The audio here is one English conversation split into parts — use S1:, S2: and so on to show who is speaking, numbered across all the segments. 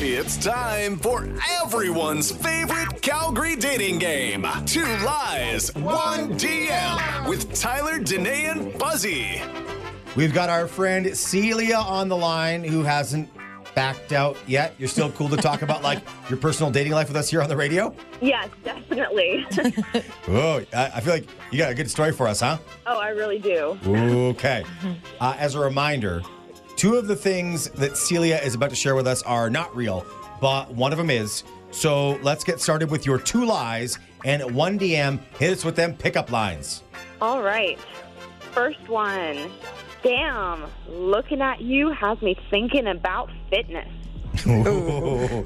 S1: It's time for everyone's favorite Calgary dating game Two Lies, One DM with Tyler, Danae, and Buzzy.
S2: We've got our friend Celia on the line who hasn't backed out yet. You're still cool to talk about like your personal dating life with us here on the radio?
S3: Yes, definitely.
S2: Oh, I, I feel like you got a good story for us, huh?
S3: oh, I really do.
S2: Okay. Uh, as a reminder, two of the things that Celia is about to share with us are not real, but one of them is. So let's get started with your two lies and one DM. Hit us with them pickup lines.
S3: All right. First one. Damn, looking at you has me thinking about fitness.
S2: Oh,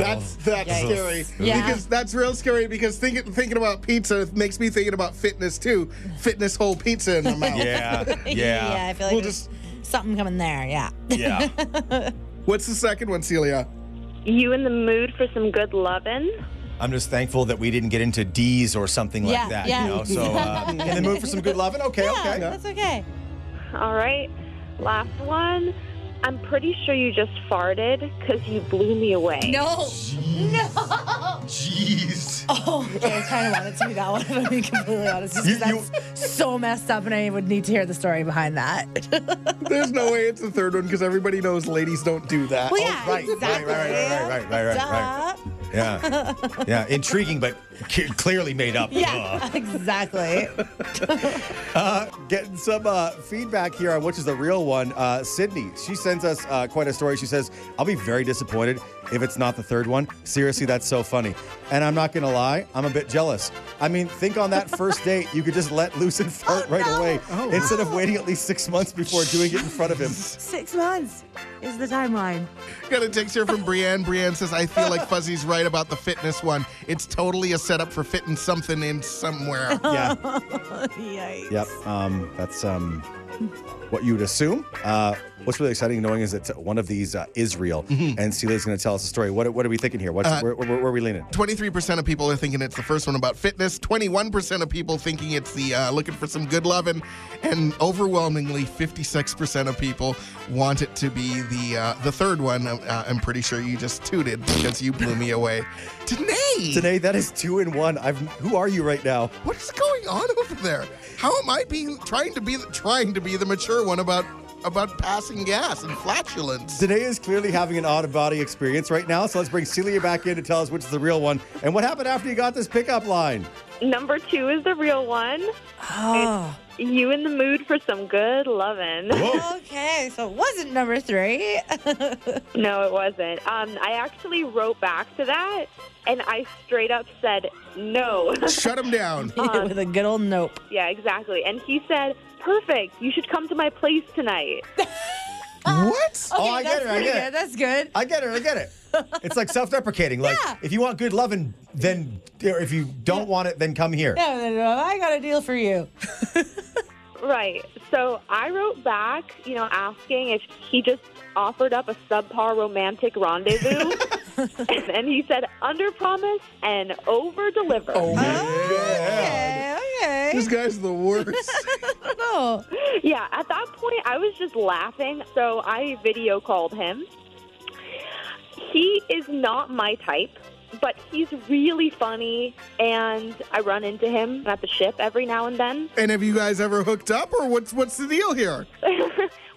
S4: That's that's scary.
S5: Yeah.
S4: Because that's real scary because thinking thinking about pizza makes me thinking about fitness too. Fitness whole pizza in my mouth.
S2: yeah, yeah,
S5: Yeah, I feel like
S4: We'll
S5: there's
S4: just
S5: something coming there. Yeah.
S2: yeah.
S4: What's the second one, Celia?
S3: You in the mood for some good lovin'?
S2: I'm just thankful that we didn't get into D's or something
S5: Yeah,
S2: like that.
S5: yeah.
S2: You know, so uh, in the mood for some good loving. Okay,
S5: yeah,
S2: okay.
S5: that's okay.
S3: All right. Last one. I'm pretty sure you just farted because you blew me away.
S5: No.
S2: Jeez.
S5: Oh, okay, I kind of wanted to do that one, if I'm being completely honest. just 'cause
S2: You- you- Oh,
S5: that's so messed up, and I would need to hear the story behind that.
S4: There's no way it's the third one because everybody knows ladies don't do that.
S5: well, yeah,
S2: right, right,
S5: exactly.
S2: right, right, right, right, right, right.
S5: Duh.
S2: Yeah, yeah. Intriguing, but c- clearly made up. Uh, Ugh.
S5: Yeah, exactly.
S2: Uh, getting some uh, feedback here on which is the real one. Uh, Sydney, she sends us uh, quite a story. She says, I'll be very disappointed if it's not the third one. Seriously, that's so funny. And I'm not going to lie, I'm a bit jealous. I mean, think on that first date, you could just let loose and fart
S5: Oh,
S2: right away instead of waiting at least six months before doing it in front of him.
S5: Six months is the timeline.
S4: Got a text here from Brienne. Brienne says, I feel like Fuzzy's right about the fitness one. It's totally a setup for fitting something in somewhere.
S2: Yeah.
S5: Yikes.
S2: Yep. Um, that's um, what you would assume. Uh, what's really exciting knowing is that one of these uh, is real. And Celia's going to tell us a story. What, what are we thinking here? What's, where, where, where are we leaning?
S4: 23% of people are thinking it's the first one about fitness, 21% of people thinking it's the uh, looking for some good loving, and overwhelmingly 56% of people want it to be the uh, the third one. Uh, I'm pretty sure you just tooted because you blew me away. Danae,
S2: Today, that is two in one. I've. Who are you right now?
S4: what is going on over there? How am I being trying to be the, trying to be the mature one about about passing gas and flatulence?
S2: Today is clearly having an out of body experience right now. So let's bring Celia back in to tell us which is the real one and what happened after you got this pickup line.
S3: Number two is the real one.
S5: Oh.
S3: You in the mood for some good lovin'?
S5: Okay, so it wasn't number three.
S3: No, it wasn't. Um, I actually wrote back to that, and I straight up said no.
S4: Shut him down.
S5: With a good old nope.
S3: yeah, exactly. And he said, "Perfect. You should come to my place tonight."
S2: What?
S5: Okay,
S2: oh, I
S5: that's
S2: get it. I
S5: pretty
S2: get it.
S5: good. That's good.
S2: I get it. I get it. It's like self-deprecating. Like
S5: Yeah.
S2: if you want good loving, then or if you don't want it, then come here.
S5: No, no, no. I got a deal for you.
S3: Right. So I wrote back, you know, asking if he just offered up a subpar romantic rendezvue. and then he said, under promise and over deliver.
S5: Oh, Okay, okay.
S4: This guy's the worst.
S5: Oh,
S3: Yeah, at that point, I was just laughing. So I video called him. He is not my type, but he's really funny. And I run into him at the ship every now and then.
S4: and have you guys ever hooked up, or what's what's the deal here?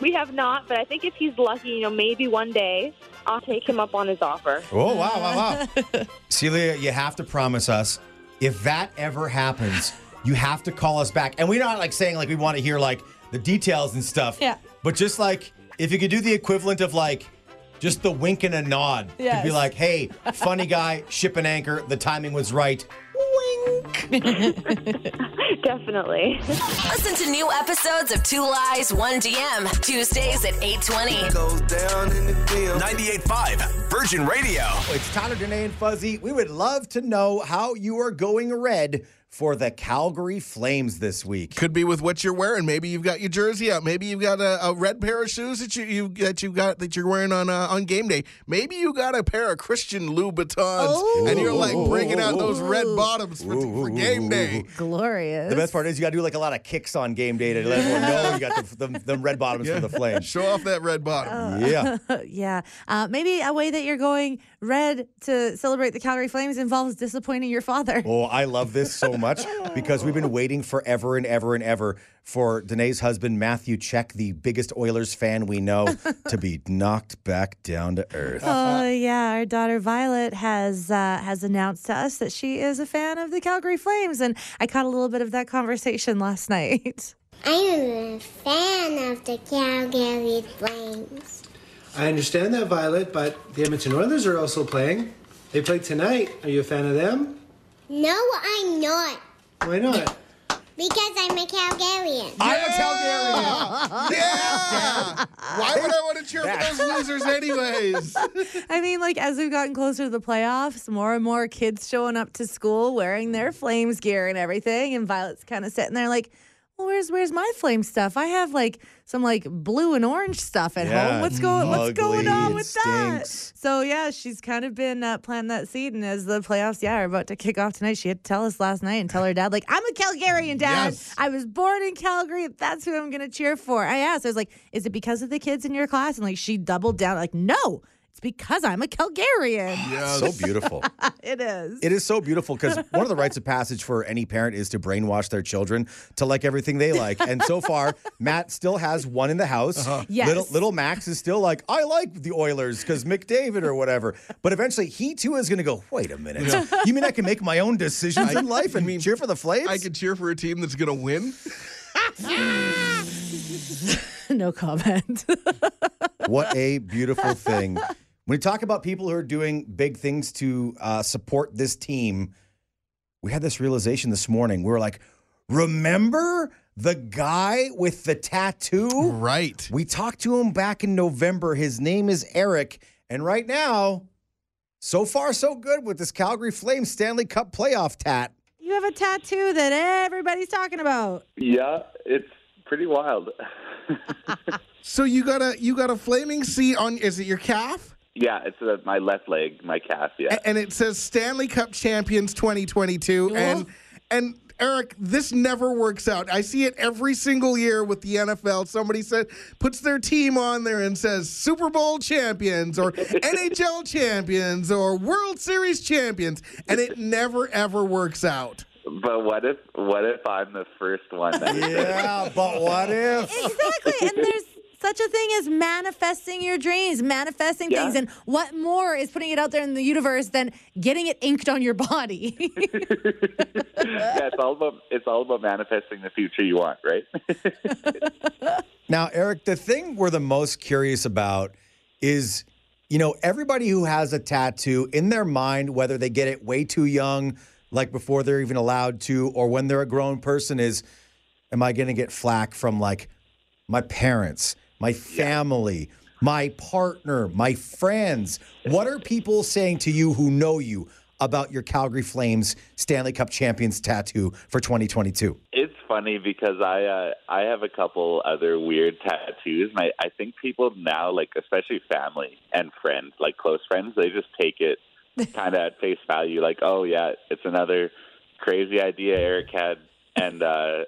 S3: we have not, but I think if he's lucky, you know, maybe one day I'll take him up on his offer.
S2: Oh wow, wow, wow. Celia, you have to promise us if that ever happens, you have to call us back. And we're not like saying like we want to hear like the details and stuff.
S5: Yeah.
S2: But just like if you could do the equivalent of like just the wink and a nod to
S5: Yes.
S2: be like, hey, funny guy, ship and anchor, the timing was right.
S3: Definitely.
S6: Listen to new episodes of Two Lies, One DM, Tuesdays at 820.
S7: goes down in the field.
S1: 98.5 Virgin Radio.
S2: It's Tyler, Danae, and Fuzzy. We would love to know how you are going red for the Calgary Flames this week.
S4: Could be with what you're wearing. Maybe you've got your jersey out. Maybe you've got a, a red pair of shoes that you, you that you got that you're wearing on uh, on game day. Maybe you got a pair of Christian Louboutins, and you're like breaking out those red bottoms for, for game day.
S5: Glorious.
S2: The best part is you got to do like a lot of kicks on game day to let everyone know you got the, the, the red bottoms for the flames.
S4: Show off that red bottom.
S2: Yeah.
S5: yeah. Uh, maybe a way that you're going red to celebrate the Calgary Flames involves disappointing your father.
S2: Oh, I love this so much because we've been waiting forever and ever and ever for Danae's husband, Matthew Check, the biggest Oilers fan we know, to be knocked back down to earth.
S5: Oh yeah, our daughter Violet has uh, has announced to us that she is a fan of the Calgary Flames, and I caught a little bit of that conversation last night.
S7: I'm a fan of the Calgary Flames.
S8: I understand that, Violet, but the Edmonton Oilers are also playing. They play tonight. Are you a fan of them?
S7: No, I'm not,
S8: Why not?
S7: because I'm a Calgarian.
S2: I'm a Calgarian.
S4: Yeah! Why would I want to cheer for those losers, anyways?
S5: I mean, like as we've gotten closer to the playoffs, more and more kids showing up to school wearing their Flames gear and everything, and Violet's kind of sitting there like. Well, where's where's my flame stuff? I have like some like blue and orange stuff at
S2: Yeah,
S5: home. What's
S2: it's
S5: going What's going
S2: ugly.
S5: on
S2: It
S5: with
S2: stinks.
S5: that? So yeah, she's kind of been uh, planting that seed, and as the playoffs, yeah, are about to kick off tonight, she had to tell us last night and tell her dad like, "I'm a Calgarian, Dad.
S4: Yes.
S5: I was born in Calgary. That's who I'm gonna cheer for." I asked, I was like, "Is it because of the kids in your class?" And like she doubled down, like, "No, it's because I'm a Calgarian."
S4: Yes.
S2: So beautiful.
S5: it is.
S2: It is so beautiful because one of the rites of passage for any parent is to brainwash their children to like everything they like. And so far, Matt still has one in the house.
S4: Uh-huh.
S5: Yes.
S2: Little, little Max is still like, I like the Oilers because McDavid or whatever. But eventually, he too is going to go, wait a minute. You mean I can make my own decisions in life and cheer for the Flames?
S4: I could cheer for a team that's going to win.
S5: no comment.
S2: What a beautiful thing. When we talk about people who are doing big things to uh, support this team, we had this realization this morning. We were like, remember the guy with the tattoo?
S4: Right.
S2: We talked to him back in November. His name is Eric. And right now, so far, so good with this Calgary Flames Stanley Cup playoff tat.
S5: you have a tattoo that everybody's talking about.
S9: Yeah, it's pretty wild.
S4: So you got a you got a flaming C on is it your calf?
S9: yeah, it's uh, my left leg, my calf.
S8: Eh.
S9: Yeah.
S4: A- And it says Stanley Cup Champions 2022 and and Eric, this never works out. I see it every single year with the NFL. Somebody said puts their team on there and says Super Bowl champions or NHL champions or World Series champions and it never ever works out.
S9: But what if what if I'm the first one? That
S2: Yeah, but what if?
S5: Exactly. and there's such a thing as manifesting your dreams, manifesting
S9: Yeah.
S5: things. And what more is putting it out there in the universe than getting it inked on your body?
S9: yeah, it's all about it's all about manifesting the future you want, right?
S2: Now, Eric, the thing we're the most curious about is, you know, everybody who has a tattoo in their mind, whether they get it way too young, like before they're even allowed to, or when they're a grown person, is am I going to get flack from like my parents, my family, my partner, my friends? What are people saying to you who know you about your Calgary Flames Stanley Cup Champions tattoo for 2022?
S9: It's funny because I uh, I have a couple other weird tattoos, and I, I think people now, like especially family and friends, like close friends, they just take it kind of at face value, like, oh yeah, it's another crazy idea Eric had, and uh,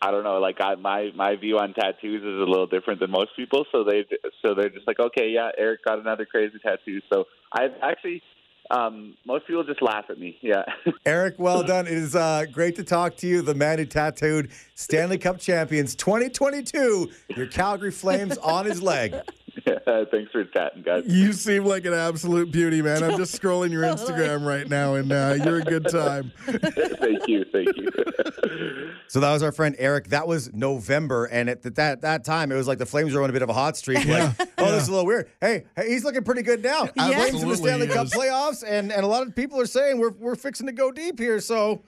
S9: I don't know, like I, my my view on tattoos is a little different than most people, so they so they're just like, okay, yeah, Eric got another crazy tattoo, so I've actually. Um, most people just laugh at me. Yeah.
S2: Eric, well done. It is uh, great to talk to you, the man who tattooed Stanley Cup champions 2022, your Calgary Flames on his leg.
S9: Thanks for chatting, guys.
S4: You seem like an absolute beauty, man. I'm just scrolling your Instagram right now, and uh, you're a good time.
S9: thank you. Thank you.
S2: So that was our friend Eric. That was November, and at th- that that time, it was like the Flames were on a bit of a hot streak. Like, oh, this is a little weird. Hey, hey he's looking pretty good now.
S4: Yeah.
S2: Flames in the
S4: Absolutely
S2: Stanley
S4: he
S2: Cup
S4: is.
S2: playoffs, and and a lot of people are saying we're we're fixing to go deep here. So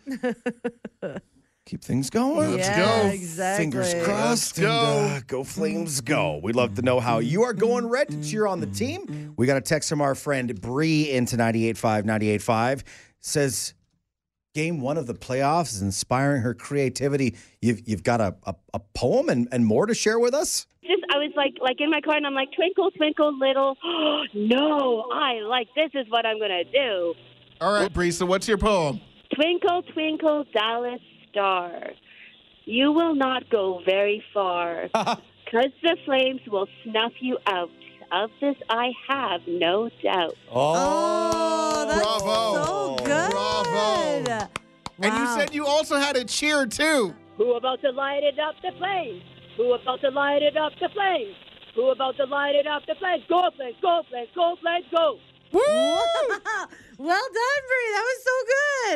S2: keep things going.
S5: yeah,
S4: go.
S5: Exactly.
S2: Fingers crossed.
S4: Let's
S2: and, uh, go Flames, go. We'd love to know how you are going red to cheer on the team. We got a text from our friend Bree into 98.5, 98.5. Says, game one of the playoffs is inspiring her creativity. You've, you've got a, a, a poem and, and more to share with us?
S10: Just I was like like in my car and I'm like twinkle twinkle little. no, I like this is what I'm gonna do.
S4: All right, Bree, so what's your poem?
S10: Twinkle, twinkle, Dallas star, you will not go very far, 'cause the flames will snuff you out. Of this, I have no doubt.
S5: Oh, that's
S4: Bravo.
S5: so good.
S4: Bravo. And you
S5: Wow.
S4: said you also had a cheer too.
S10: Who about to light it up the flames? Who about to light it up the flames? Who about to light it up the flames? Go, flames, go, flames, go, flames, go.
S5: well done, Bree. That was so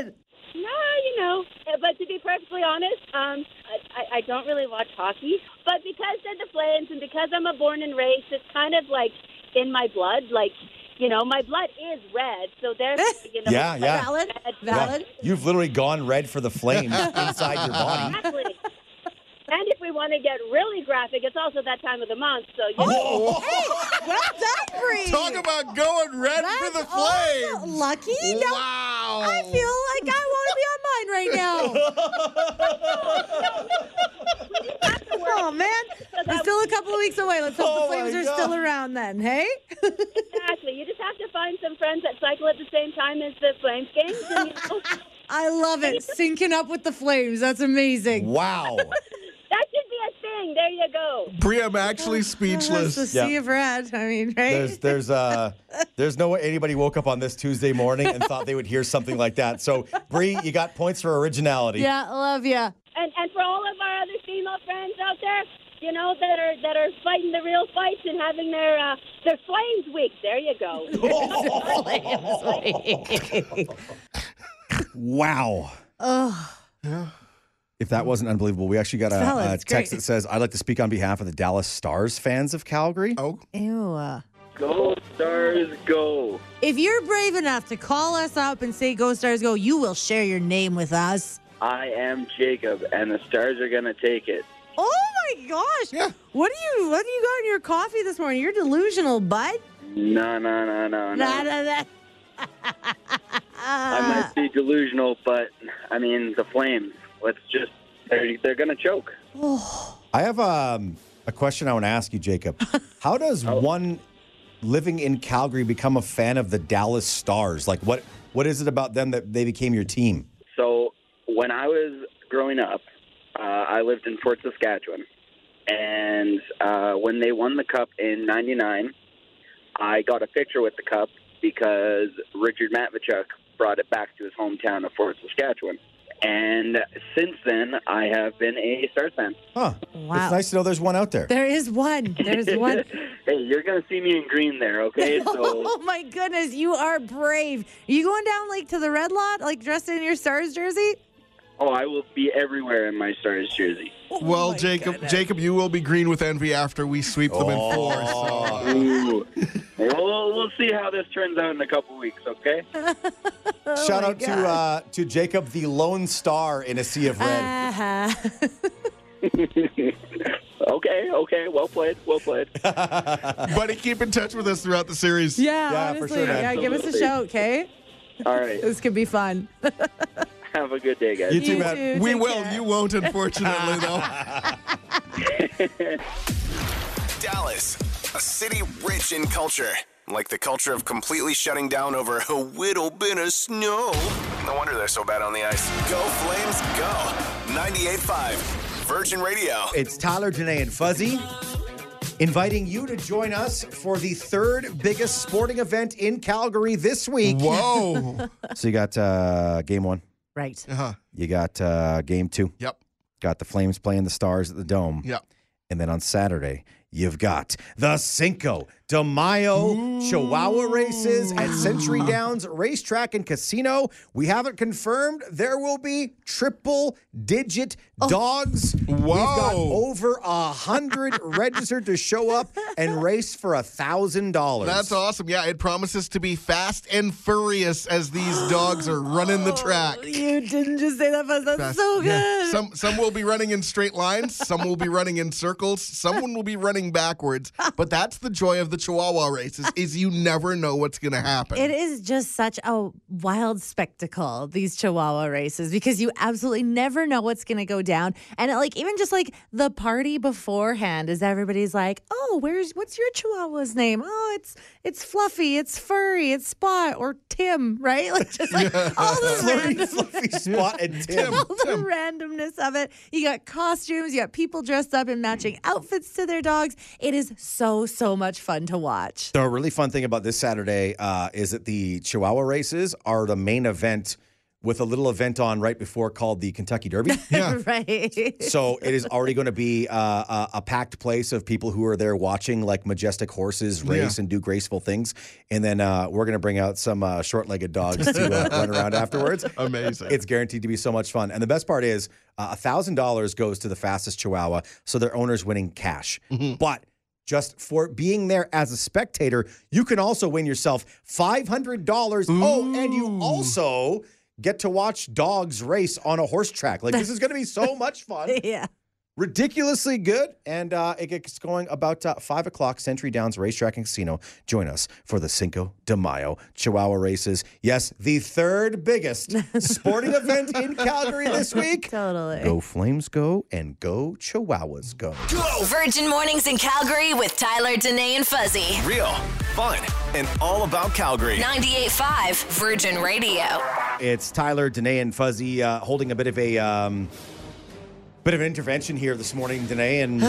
S5: good.
S10: No, you know, but to be perfectly honest, um, I, I, I don't really watch hockey. But because they're the Flames and because I'm a born and raised, it's kind of like in my blood. Like, you know, my blood is red, so there's, you know,
S2: Yeah, yeah.
S5: Valid.
S2: Yeah.
S5: Valid.
S2: You've literally gone red for the flames inside your body.
S10: exactly. and if we want to get really graphic, it's also that time of the month. So you
S5: Well done, Bree.
S4: Talk about going red
S5: That's
S4: for the
S5: awesome.
S4: flames.
S5: Lucky. No,
S4: Wow.
S5: I feel like I want to be on mine right now. oh man, we're still a couple of weeks away. Let's hope
S2: Oh,
S5: the flames
S2: my
S5: are
S2: God.
S5: still around then. Hey,
S10: exactly. You just have to find some friends that cycle at the same time as the Flames games. And, you know,
S5: I love it. Syncing up with the flames. That's amazing.
S2: Wow.
S10: that should be a thing. There you go.
S4: Brie, I'm actually
S5: That's the
S4: speechless.
S2: Yeah.
S5: sea of red. I mean, right?
S2: There's there's uh there's no way anybody woke up on this Tuesday morning and thought they would hear something like that. So Bree, you got points for originality.
S5: yeah, I love ya.
S10: and and for all of our other female friends out there, you know that are that are fighting the real fights and having their uh, their flames week. There you go.
S2: Wow.
S5: Oh,
S2: If that wasn't unbelievable, we actually got
S5: Fellas,
S2: a, a
S5: great.
S2: text that says, "I'd like to speak on behalf of the Dallas Stars fans of Calgary."
S4: Oh,
S5: ew.
S11: Go Stars, go!
S5: If you're brave enough to call us up and say "Go Stars Go," you will share your name with us.
S11: I am Jacob, and the Stars are gonna take it.
S5: Oh my gosh!
S4: Yeah.
S5: What do you What do you got in your coffee this morning? You're delusional, bud.
S11: No, no, no, no,
S5: Da,
S11: no.
S5: da, da.
S11: I might be delusional, but I mean the Flames. Let's just. They're, they're gonna choke.
S2: I have um, a question I want to ask you, Jacob. How does one living in Calgary become a fan of the Dallas Stars? Like, what what is it about them that they became your team?
S11: So when I was growing up, uh, I lived in Fort Saskatchewan, and uh, when they won the cup in '99, I got a picture with the cup because Richard Matvichuk brought it back to his hometown of Fort Saskatchewan. And since then, I have been a Stars fan.
S2: Huh?
S5: Wow.
S2: It's nice to know there's one out there.
S5: There is one. There's one.
S11: hey, you're gonna see me in green there, okay? So
S5: Oh my goodness, you are brave. Are you going down like to the red lot, like dressed in your stars jersey?
S11: oh, I will be everywhere in my Stars jersey.
S5: Oh
S4: well,
S5: my
S4: Jacob,
S5: goodness.
S4: Jacob, you will be green with envy after we sweep them in four. So.
S11: Ooh. we'll, we'll see how this turns out in a couple weeks, okay?
S2: Shout
S5: Oh my
S2: out to
S5: God.
S2: uh, to Jacob, the lone star in a sea of red.
S5: Uh-huh.
S11: okay, okay. Well played. Well played.
S4: Buddy, keep in touch with us throughout the series.
S5: yeah,
S2: Yeah, for
S5: honestly,
S2: sure, man.
S5: yeah. Give us a
S11: Absolutely.
S5: shout, okay?
S11: All right.
S5: This could be fun.
S11: Have a good day, guys.
S2: You too,
S5: You
S2: man.
S5: too.
S4: We
S5: Take
S4: will.
S5: care.
S4: You won't, unfortunately, though.
S12: Dallas, a city rich in culture. Like the culture of completely shutting down over a little bit of snow. No wonder they're so bad on the ice. Go Flames, go. 98.5, Virgin Radio.
S2: It's Tyler, Janae, and Fuzzy inviting you to join us for the third biggest sporting event in Calgary this week.
S4: Whoa.
S2: So you got uh, game one,
S5: Right.
S4: Uh-huh.
S2: you got uh, game two,
S4: Yep.
S2: got the Flames playing the Stars at the Dome.
S4: Yep.
S2: And then on Saturday, you've got the Cinco de Mayo Chihuahua races at Century Downs Racetrack and Casino. We haven't confirmed there will be triple digit dogs. We've got
S4: Oh. Whoa.
S2: over a hundred registered to show up and race for a thousand dollars.
S4: That's awesome. Yeah, it promises to be fast and furious as these dogs are running the track.
S5: You didn't just say that fast. That's
S4: Fast,
S5: Oh, so good.
S4: yeah. Some some will be running in straight lines, some will be running in circles, someone will be running backwards. But that's the joy of the with Chihuahua races is you never know what's going to happen.
S5: It is just such a wild spectacle, these Chihuahua races, because you absolutely never know what's going to go down. And like, even just like the party beforehand, is everybody's like, oh, where's, what's your Chihuahua's name? Oh, it's, it's Fluffy, it's Furry, it's Spot or Tim, right? Like, just like all the
S2: Fluffy,
S5: random.
S2: Fluffy Spot and Tim.
S5: all the randomness of it. You got costumes, you got people dressed up in matching outfits to their dogs. It is so, so much fun to watch.
S2: So a really fun thing about this Saturday uh, is that the Chihuahua races are the main event with a little event on right before called the Kentucky Derby.
S5: Right.
S2: so it is already going to be uh, a, a packed place of people who are there watching like majestic horses race and do graceful things, and then uh, we're going to bring out some uh, short-legged dogs to uh, run around afterwards.
S4: Amazing.
S2: It's guaranteed to be so much fun. And the best part is, uh, a thousand dollars goes to the fastest Chihuahua, so their owner's winning cash. But just for being there as a spectator, you can also win yourself five hundred dollars. Oh, and you also get to watch dogs race on a horse track. Like this is going to be so much fun,
S5: yeah.
S2: ridiculously good, and uh, it gets going about uh, five o'clock. Century Downs Racetrack and Casino. Join us for the Cinco de Mayo Chihuahua races. Yes, the third biggest sporting event in Calgary this week.
S5: Totally.
S2: Go Flames go and go Chihuahuas go.
S6: Virgin Mornings in Calgary with Tyler, Danae, and Fuzzy.
S13: Real, fun, and all about Calgary.
S6: 98.5 Virgin Radio.
S2: It's Tyler, Danae, and Fuzzy uh, holding a bit of a um, bit of an intervention here this morning, Danae, and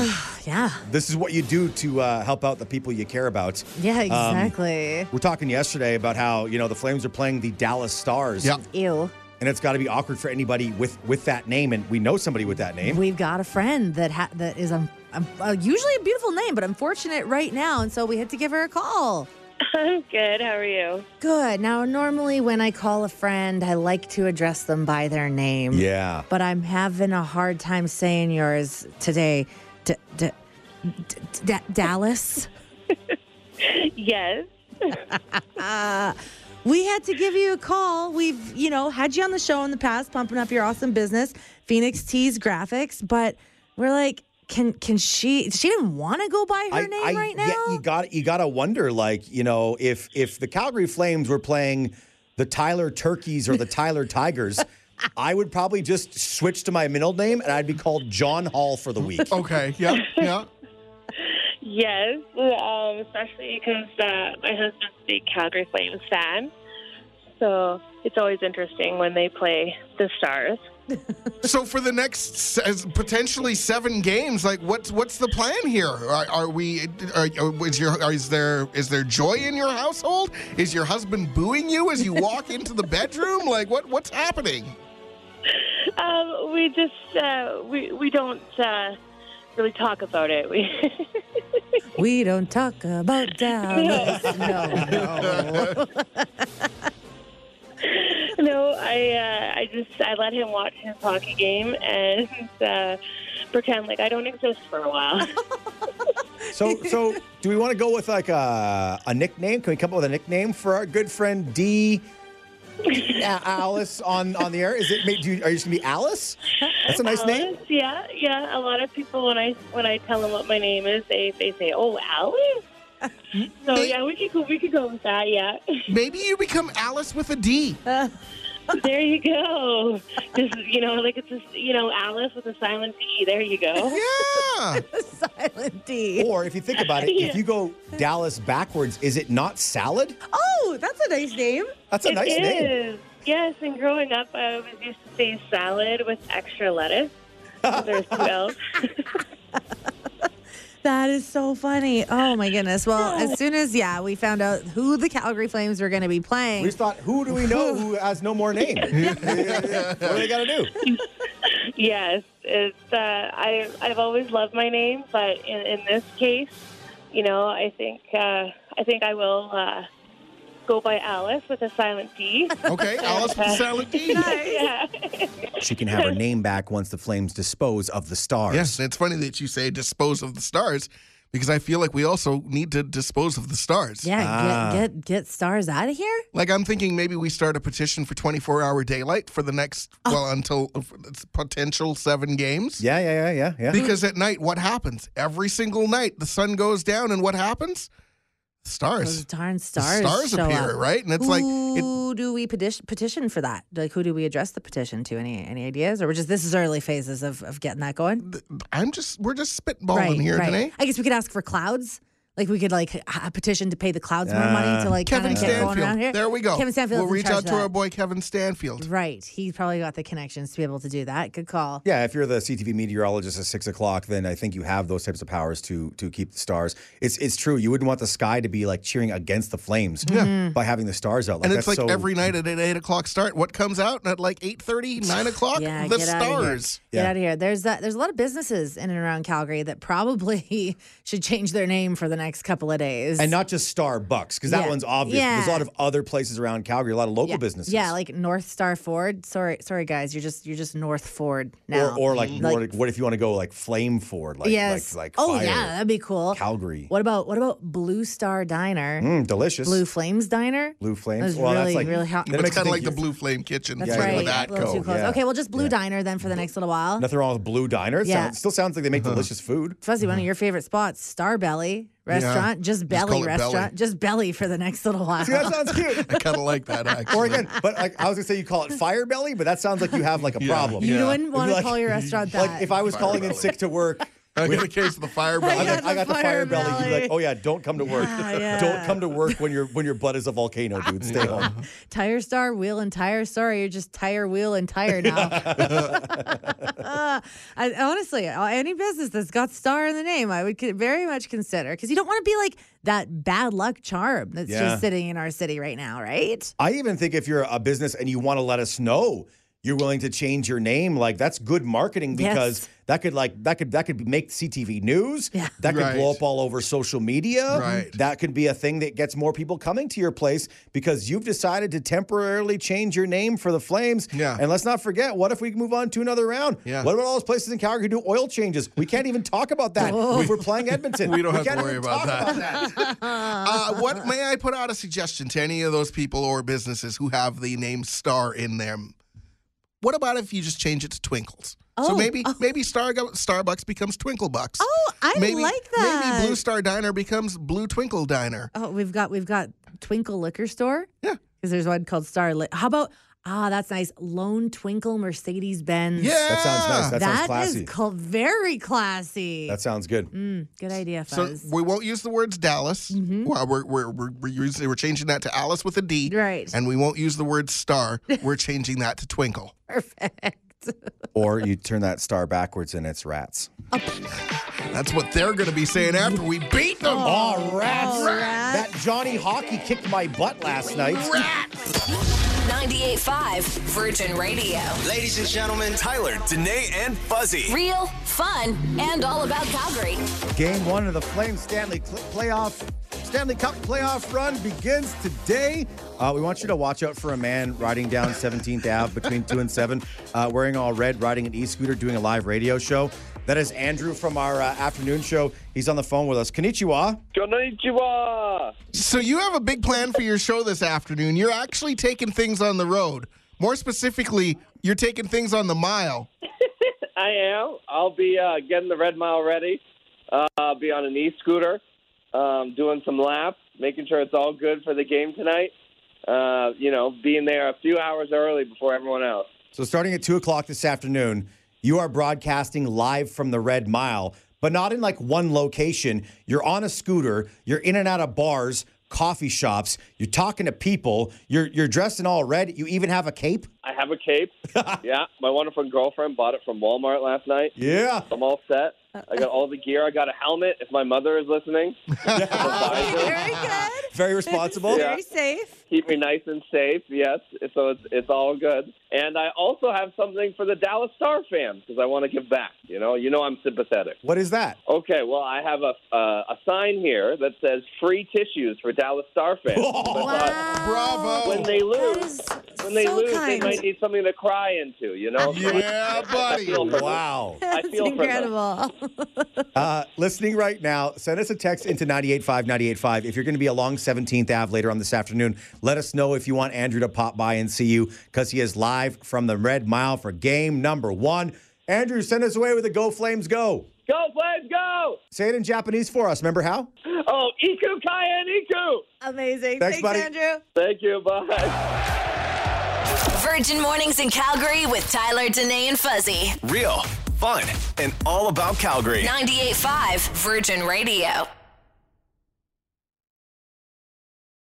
S5: Yeah.
S2: this is what you do to uh, help out the people you care about.
S5: Yeah,
S2: Um,
S5: exactly.
S2: we're talking yesterday about how you know the Flames are playing the Dallas Stars,
S4: Yep.
S5: Ew.
S2: and it's got to be awkward for anybody with with that name, and we know somebody with that name.
S5: We've got a friend that ha- that is a, a, a usually a beautiful name, but unfortunate right now, and so we had to give her a call.
S14: I'm good. How are you?
S5: Good. Now, normally when I call a friend, I like to address them by their name.
S2: yeah,
S5: But I'm having a hard time saying yours today. D- d- d- d- Dallas.
S14: Yes.
S5: Uh, we had to give you a call. We've, you know, had you on the show in the past, pumping up your awesome business, Phoenix Tees Graphics, but we're like, can can she? She didn't want to go by her name right now.
S2: yeah, you got you got to wonder, like you know, if if the Calgary Flames were playing the Tyler Turkeys or the Tyler Tigers, I would probably just switch to my middle name and I'd be called John Hall for the week.
S5: Oh,
S4: Okay. Yeah. Yeah.
S14: Yes, um, especially because uh, my husband's a big Calgary Flames fan, so it's always interesting when they play the Stars.
S4: So for the next s- as potentially seven games, like what's what's the plan here? Are, are we? Are, are- is your are, is there is there joy in your household? Is your husband booing you as you walk into the bedroom? Like what what's happening?
S14: Um, we just uh, we we don't uh, really talk about it. We
S5: we don't talk about Dallas. no, no.
S14: no, I uh, I just I let him watch his hockey game and uh, pretend like I don't exist for a while.
S2: So so do we want to go with like a a nickname? Can we come up with a nickname for our good friend D? Alice on on the air. Is it? Do you, are you just gonna be Alice? That's a nice name.
S14: Alice, yeah, yeah. A lot of people when I when I tell them what my name is, they they say, "Oh, Alice." So yeah, we could go, we could go with that. Yeah,
S4: Maybe you become Alice with a D.
S14: there you go. Just you know, like it's just, you know Alice with a silent D. There you go.
S4: Yeah.
S5: Silent D.
S2: Or if you think about it, if you go Dallas backwards, is it not salad?
S5: Oh, that's a nice name.
S2: That's a
S14: It
S2: nice name.
S14: is. Yes, and growing up, I was used to say salad with extra lettuce. There's two L's.
S5: That is so funny. Oh my goodness. Well, as soon as yeah, we found out who the Calgary Flames were going to be
S2: We
S5: playing.
S2: just thought, who do we know who has no more name? what do they got to do?
S14: Yes, it's. Uh, I I've always loved my name, but in, in this case, you know, I think uh, I think I will uh, go by Alice with a silent D.
S4: Okay. Alice with a silent D.
S14: yeah.
S2: She can have her name back once the Flames dispose of the Stars.
S4: Yes, it's funny that you say dispose of the stars because I feel like we also need to dispose of the stars.
S5: yeah,
S2: Ah.
S5: get get get stars out of here.
S4: Like I'm thinking maybe we start a petition for 24-hour daylight for the next
S5: Oh.
S4: well until uh, for the potential 7 games.
S2: Yeah, yeah, yeah, yeah, yeah.
S4: Because at night what happens? Every single night the sun goes down and what happens?
S5: Those
S4: Stars.
S5: darn
S4: The
S5: stars.
S4: stars
S5: show
S4: appear,
S5: up.
S4: right? And it's like it,
S5: who do we petition, petition for that? Like, who do we address the petition to? Any any ideas, or we're just this is early phases of, of getting that going?
S4: I'm just we're just spitballing here today.
S5: I guess we could ask for clouds. Like, we could like h- a petition to pay the clouds more money to like
S4: Kevin
S5: kinda get going around here.
S4: Stanfield. There we go.
S5: Kevin Stanfield.
S4: We'll reach out to our boy Kevin Stanfield.
S5: Right, he probably got the connections to be able to do that. Good call.
S2: Yeah, if you're the CTV meteorologist at six o'clock, then I think you have those types of powers to to keep the stars. It's it's true. You wouldn't want the sky to be like cheering against the flames by having the stars out.
S4: and it's like
S2: that's so-
S4: every night at an eight o'clock start. What comes out at like 8.30, 9 o'clock?
S5: Yeah,
S4: the
S5: get outta here.
S4: stars.
S5: Get
S2: Yeah.
S5: out of here. There's that. There's a lot of businesses in and around Calgary that probably should change their name for the next couple of days.
S2: And not just Starbucks, because that
S5: Yeah.
S2: one's obvious. but There's a
S5: Yeah.
S2: lot of other places around Calgary, a lot of local
S5: yeah.
S2: businesses.
S5: Yeah, like North Star Ford. Sorry, sorry guys, you're just you're just North Ford now.
S2: or, or like,
S5: Like-
S2: Nordic- what if you want to go like flame forward, like
S5: Mm-hmm. yes.
S2: like, like
S5: oh
S2: fire,
S5: yeah, that'd be cool.
S2: Calgary.
S5: What about what about Blue Star Diner?
S2: Mm, delicious.
S5: Blue Flames Diner.
S2: Blue flames.
S5: That's
S2: well,
S5: really,
S2: that's like
S5: really hot.
S2: that
S4: But
S2: makes
S4: it's
S2: you
S4: kind of
S2: think
S4: like the
S2: you-
S4: Blue Flame Kitchen.
S5: That's
S4: It's
S2: yeah,
S4: like
S5: right.
S4: where that
S5: a little
S4: goes.
S5: too close.
S2: yeah.
S5: Okay, well, just Blue Diner then for the next little while.
S2: Nothing wrong with Blue Diner. It
S5: Yeah.
S2: sounds- still sounds like they make delicious food.
S5: Fuzzy, one of your favorite spots, Star Belly Restaurant, just Belly
S4: call it
S5: Restaurant,
S4: Belly.
S5: just Belly for the next little while.
S2: See, that sounds cute.
S4: I kind of like that, actually.
S2: Or again, but like I was gonna say, you call it fire belly, but that sounds like you have like a
S4: Yeah,
S2: problem.
S5: you
S4: yeah.
S5: wouldn't want to
S2: Like-
S5: call your restaurant that.
S2: Like if I was
S4: Fire
S2: calling in
S4: belly.
S2: sick to work,
S4: I got a case of the fire
S2: I
S4: belly.
S2: got, I got the fire belly. You'd be
S5: belly.
S2: like, oh yeah, don't come to work.
S5: Yeah, yeah.
S2: Don't come to work when your when your butt is a volcano, dude. Stay home.
S5: Tire Star, Wheel and Tire. Sorry, you're just Tire, Wheel and Tire now. I, honestly, uh, any business that's got star in the name, I would co- very much consider because you don't want to be like that bad luck charm that's
S2: Yeah.
S5: just sitting in our city right now, right?
S2: I even think if you're a business and you want to let us know you're willing to change your name, like that's good marketing because
S5: Yes.
S2: that could like that could that could make CTV news.
S5: Yeah.
S2: That could
S4: Right.
S2: blow up all over social media.
S4: Right.
S2: That could be a thing that gets more people coming to your place because you've decided to temporarily change your name for the Flames.
S4: Yeah.
S2: And let's not forget, what if we move on to another round?
S4: Yeah.
S2: What about all those places in Calgary who do oil changes? We can't even talk about that.
S5: Oh.
S2: If we're playing Edmonton.
S4: We don't have to
S2: can't
S4: worry
S2: even
S4: about
S2: talk
S4: that. uh, what may I put out a suggestion to any of those people or businesses who have the name Star in them? What about if you just change it to Twinkles? so
S5: Oh,
S4: maybe
S5: oh.
S4: maybe Star, Starbucks becomes Twinkle Bucks.
S5: Oh, I
S4: maybe,
S5: like that.
S4: Maybe Blue Star Diner becomes Blue Twinkle Diner.
S5: Oh, we've got we've got Twinkle Liquor Store.
S4: Yeah.
S5: because there's one called Star. Li- How about ah, that's nice. Lone Twinkle Mercedes Benz.
S4: Yeah,
S2: That sounds nice. That, sounds
S5: that is
S2: classy.
S5: cl- very classy.
S2: that sounds good.
S5: Mm, good idea,
S4: so
S5: Fuzz.
S4: we won't use the words Dallas. Well, we're we're we're we're, using, we're changing that to Alice with a D.
S5: Right.
S4: And we won't use the word Star. we're changing that to Twinkle.
S5: Perfect.
S2: Or you turn that star backwards and it's rats.
S4: That's what they're going to be saying after we beat them.
S2: Oh, rats.
S5: Oh, rats.
S2: That Johnny Hockey kicked my butt last night.
S6: 98.5 Virgin Radio.
S1: Ladies and gentlemen, Tyler, Danae, and Fuzzy.
S6: Real, fun, and all about Calgary.
S2: Game one of the Flames Stanley Cl- playoff Stanley Cup playoff run begins today. Uh, we want you to watch out for a man riding down 17th Ave between 2 and 7, uh, wearing all red, riding an e-scooter, doing a live radio show. That is Andrew from our uh, afternoon show. He's on the phone with us. Konnichiwa.
S15: Konnichiwa.
S4: So you have a big plan for your show this afternoon. You're actually taking things on the road. More specifically, you're taking things on the mile.
S15: I am. I'll be uh, getting the red mile ready. Uh, I'll be on an e scooter, um, doing some laps, making sure it's all good for the game tonight. Uh, you know, being there a few hours early before everyone else.
S2: So starting at two o'clock this afternoon, you are broadcasting live from the Red Mile, but not in like one location. You're on a scooter. You're in and out of bars, coffee shops. You're talking to people. You're you're dressed in all red. You even have a cape.
S15: I have a cape. yeah, my wonderful girlfriend bought it from Walmart last night.
S2: Yeah.
S15: I'm all set. I got all the gear. I got a helmet. If my mother is listening,
S5: Okay, very good.
S2: Very responsible.
S15: Yeah.
S5: Very safe.
S15: keep me nice and safe. Yes, so it's it's all good. And I also have something for the Dallas Star fans because I want to give back. You know, you know I'm sympathetic.
S2: What is that?
S15: Okay, well I have a uh, a sign here that says free tissues for Dallas Star fans. So I thought
S5: Wow.
S4: Bravo.
S15: When they
S5: That
S15: lose,
S5: is
S15: uh, when they
S5: so
S15: lose, they
S5: kind.
S15: might need something to cry into. You know?
S4: Yeah, buddy.
S15: feel for them.
S2: Wow.
S15: I
S5: That's
S15: feel for them.
S5: incredible.
S2: Uh, listening right now, send us a text into 985 985. If you're going to be along 17th Ave later on this afternoon, let us know if you want Andrew to pop by and see you because he is live from the Red Mile for game number one. Andrew, send us away with a Go Flames Go.
S15: Go Flames, go!
S2: Say it in Japanese for us. Remember how?
S15: Oh, Iku Kaya Iku.
S16: Amazing.
S17: Thanks, buddy.
S16: Andrew.
S15: Thank you. Bye.
S6: Virgin Mornings in Calgary with Tyler, Danae, and Fuzzy.
S2: Real, fun, and all about Calgary.
S6: 98.5 Virgin Radio.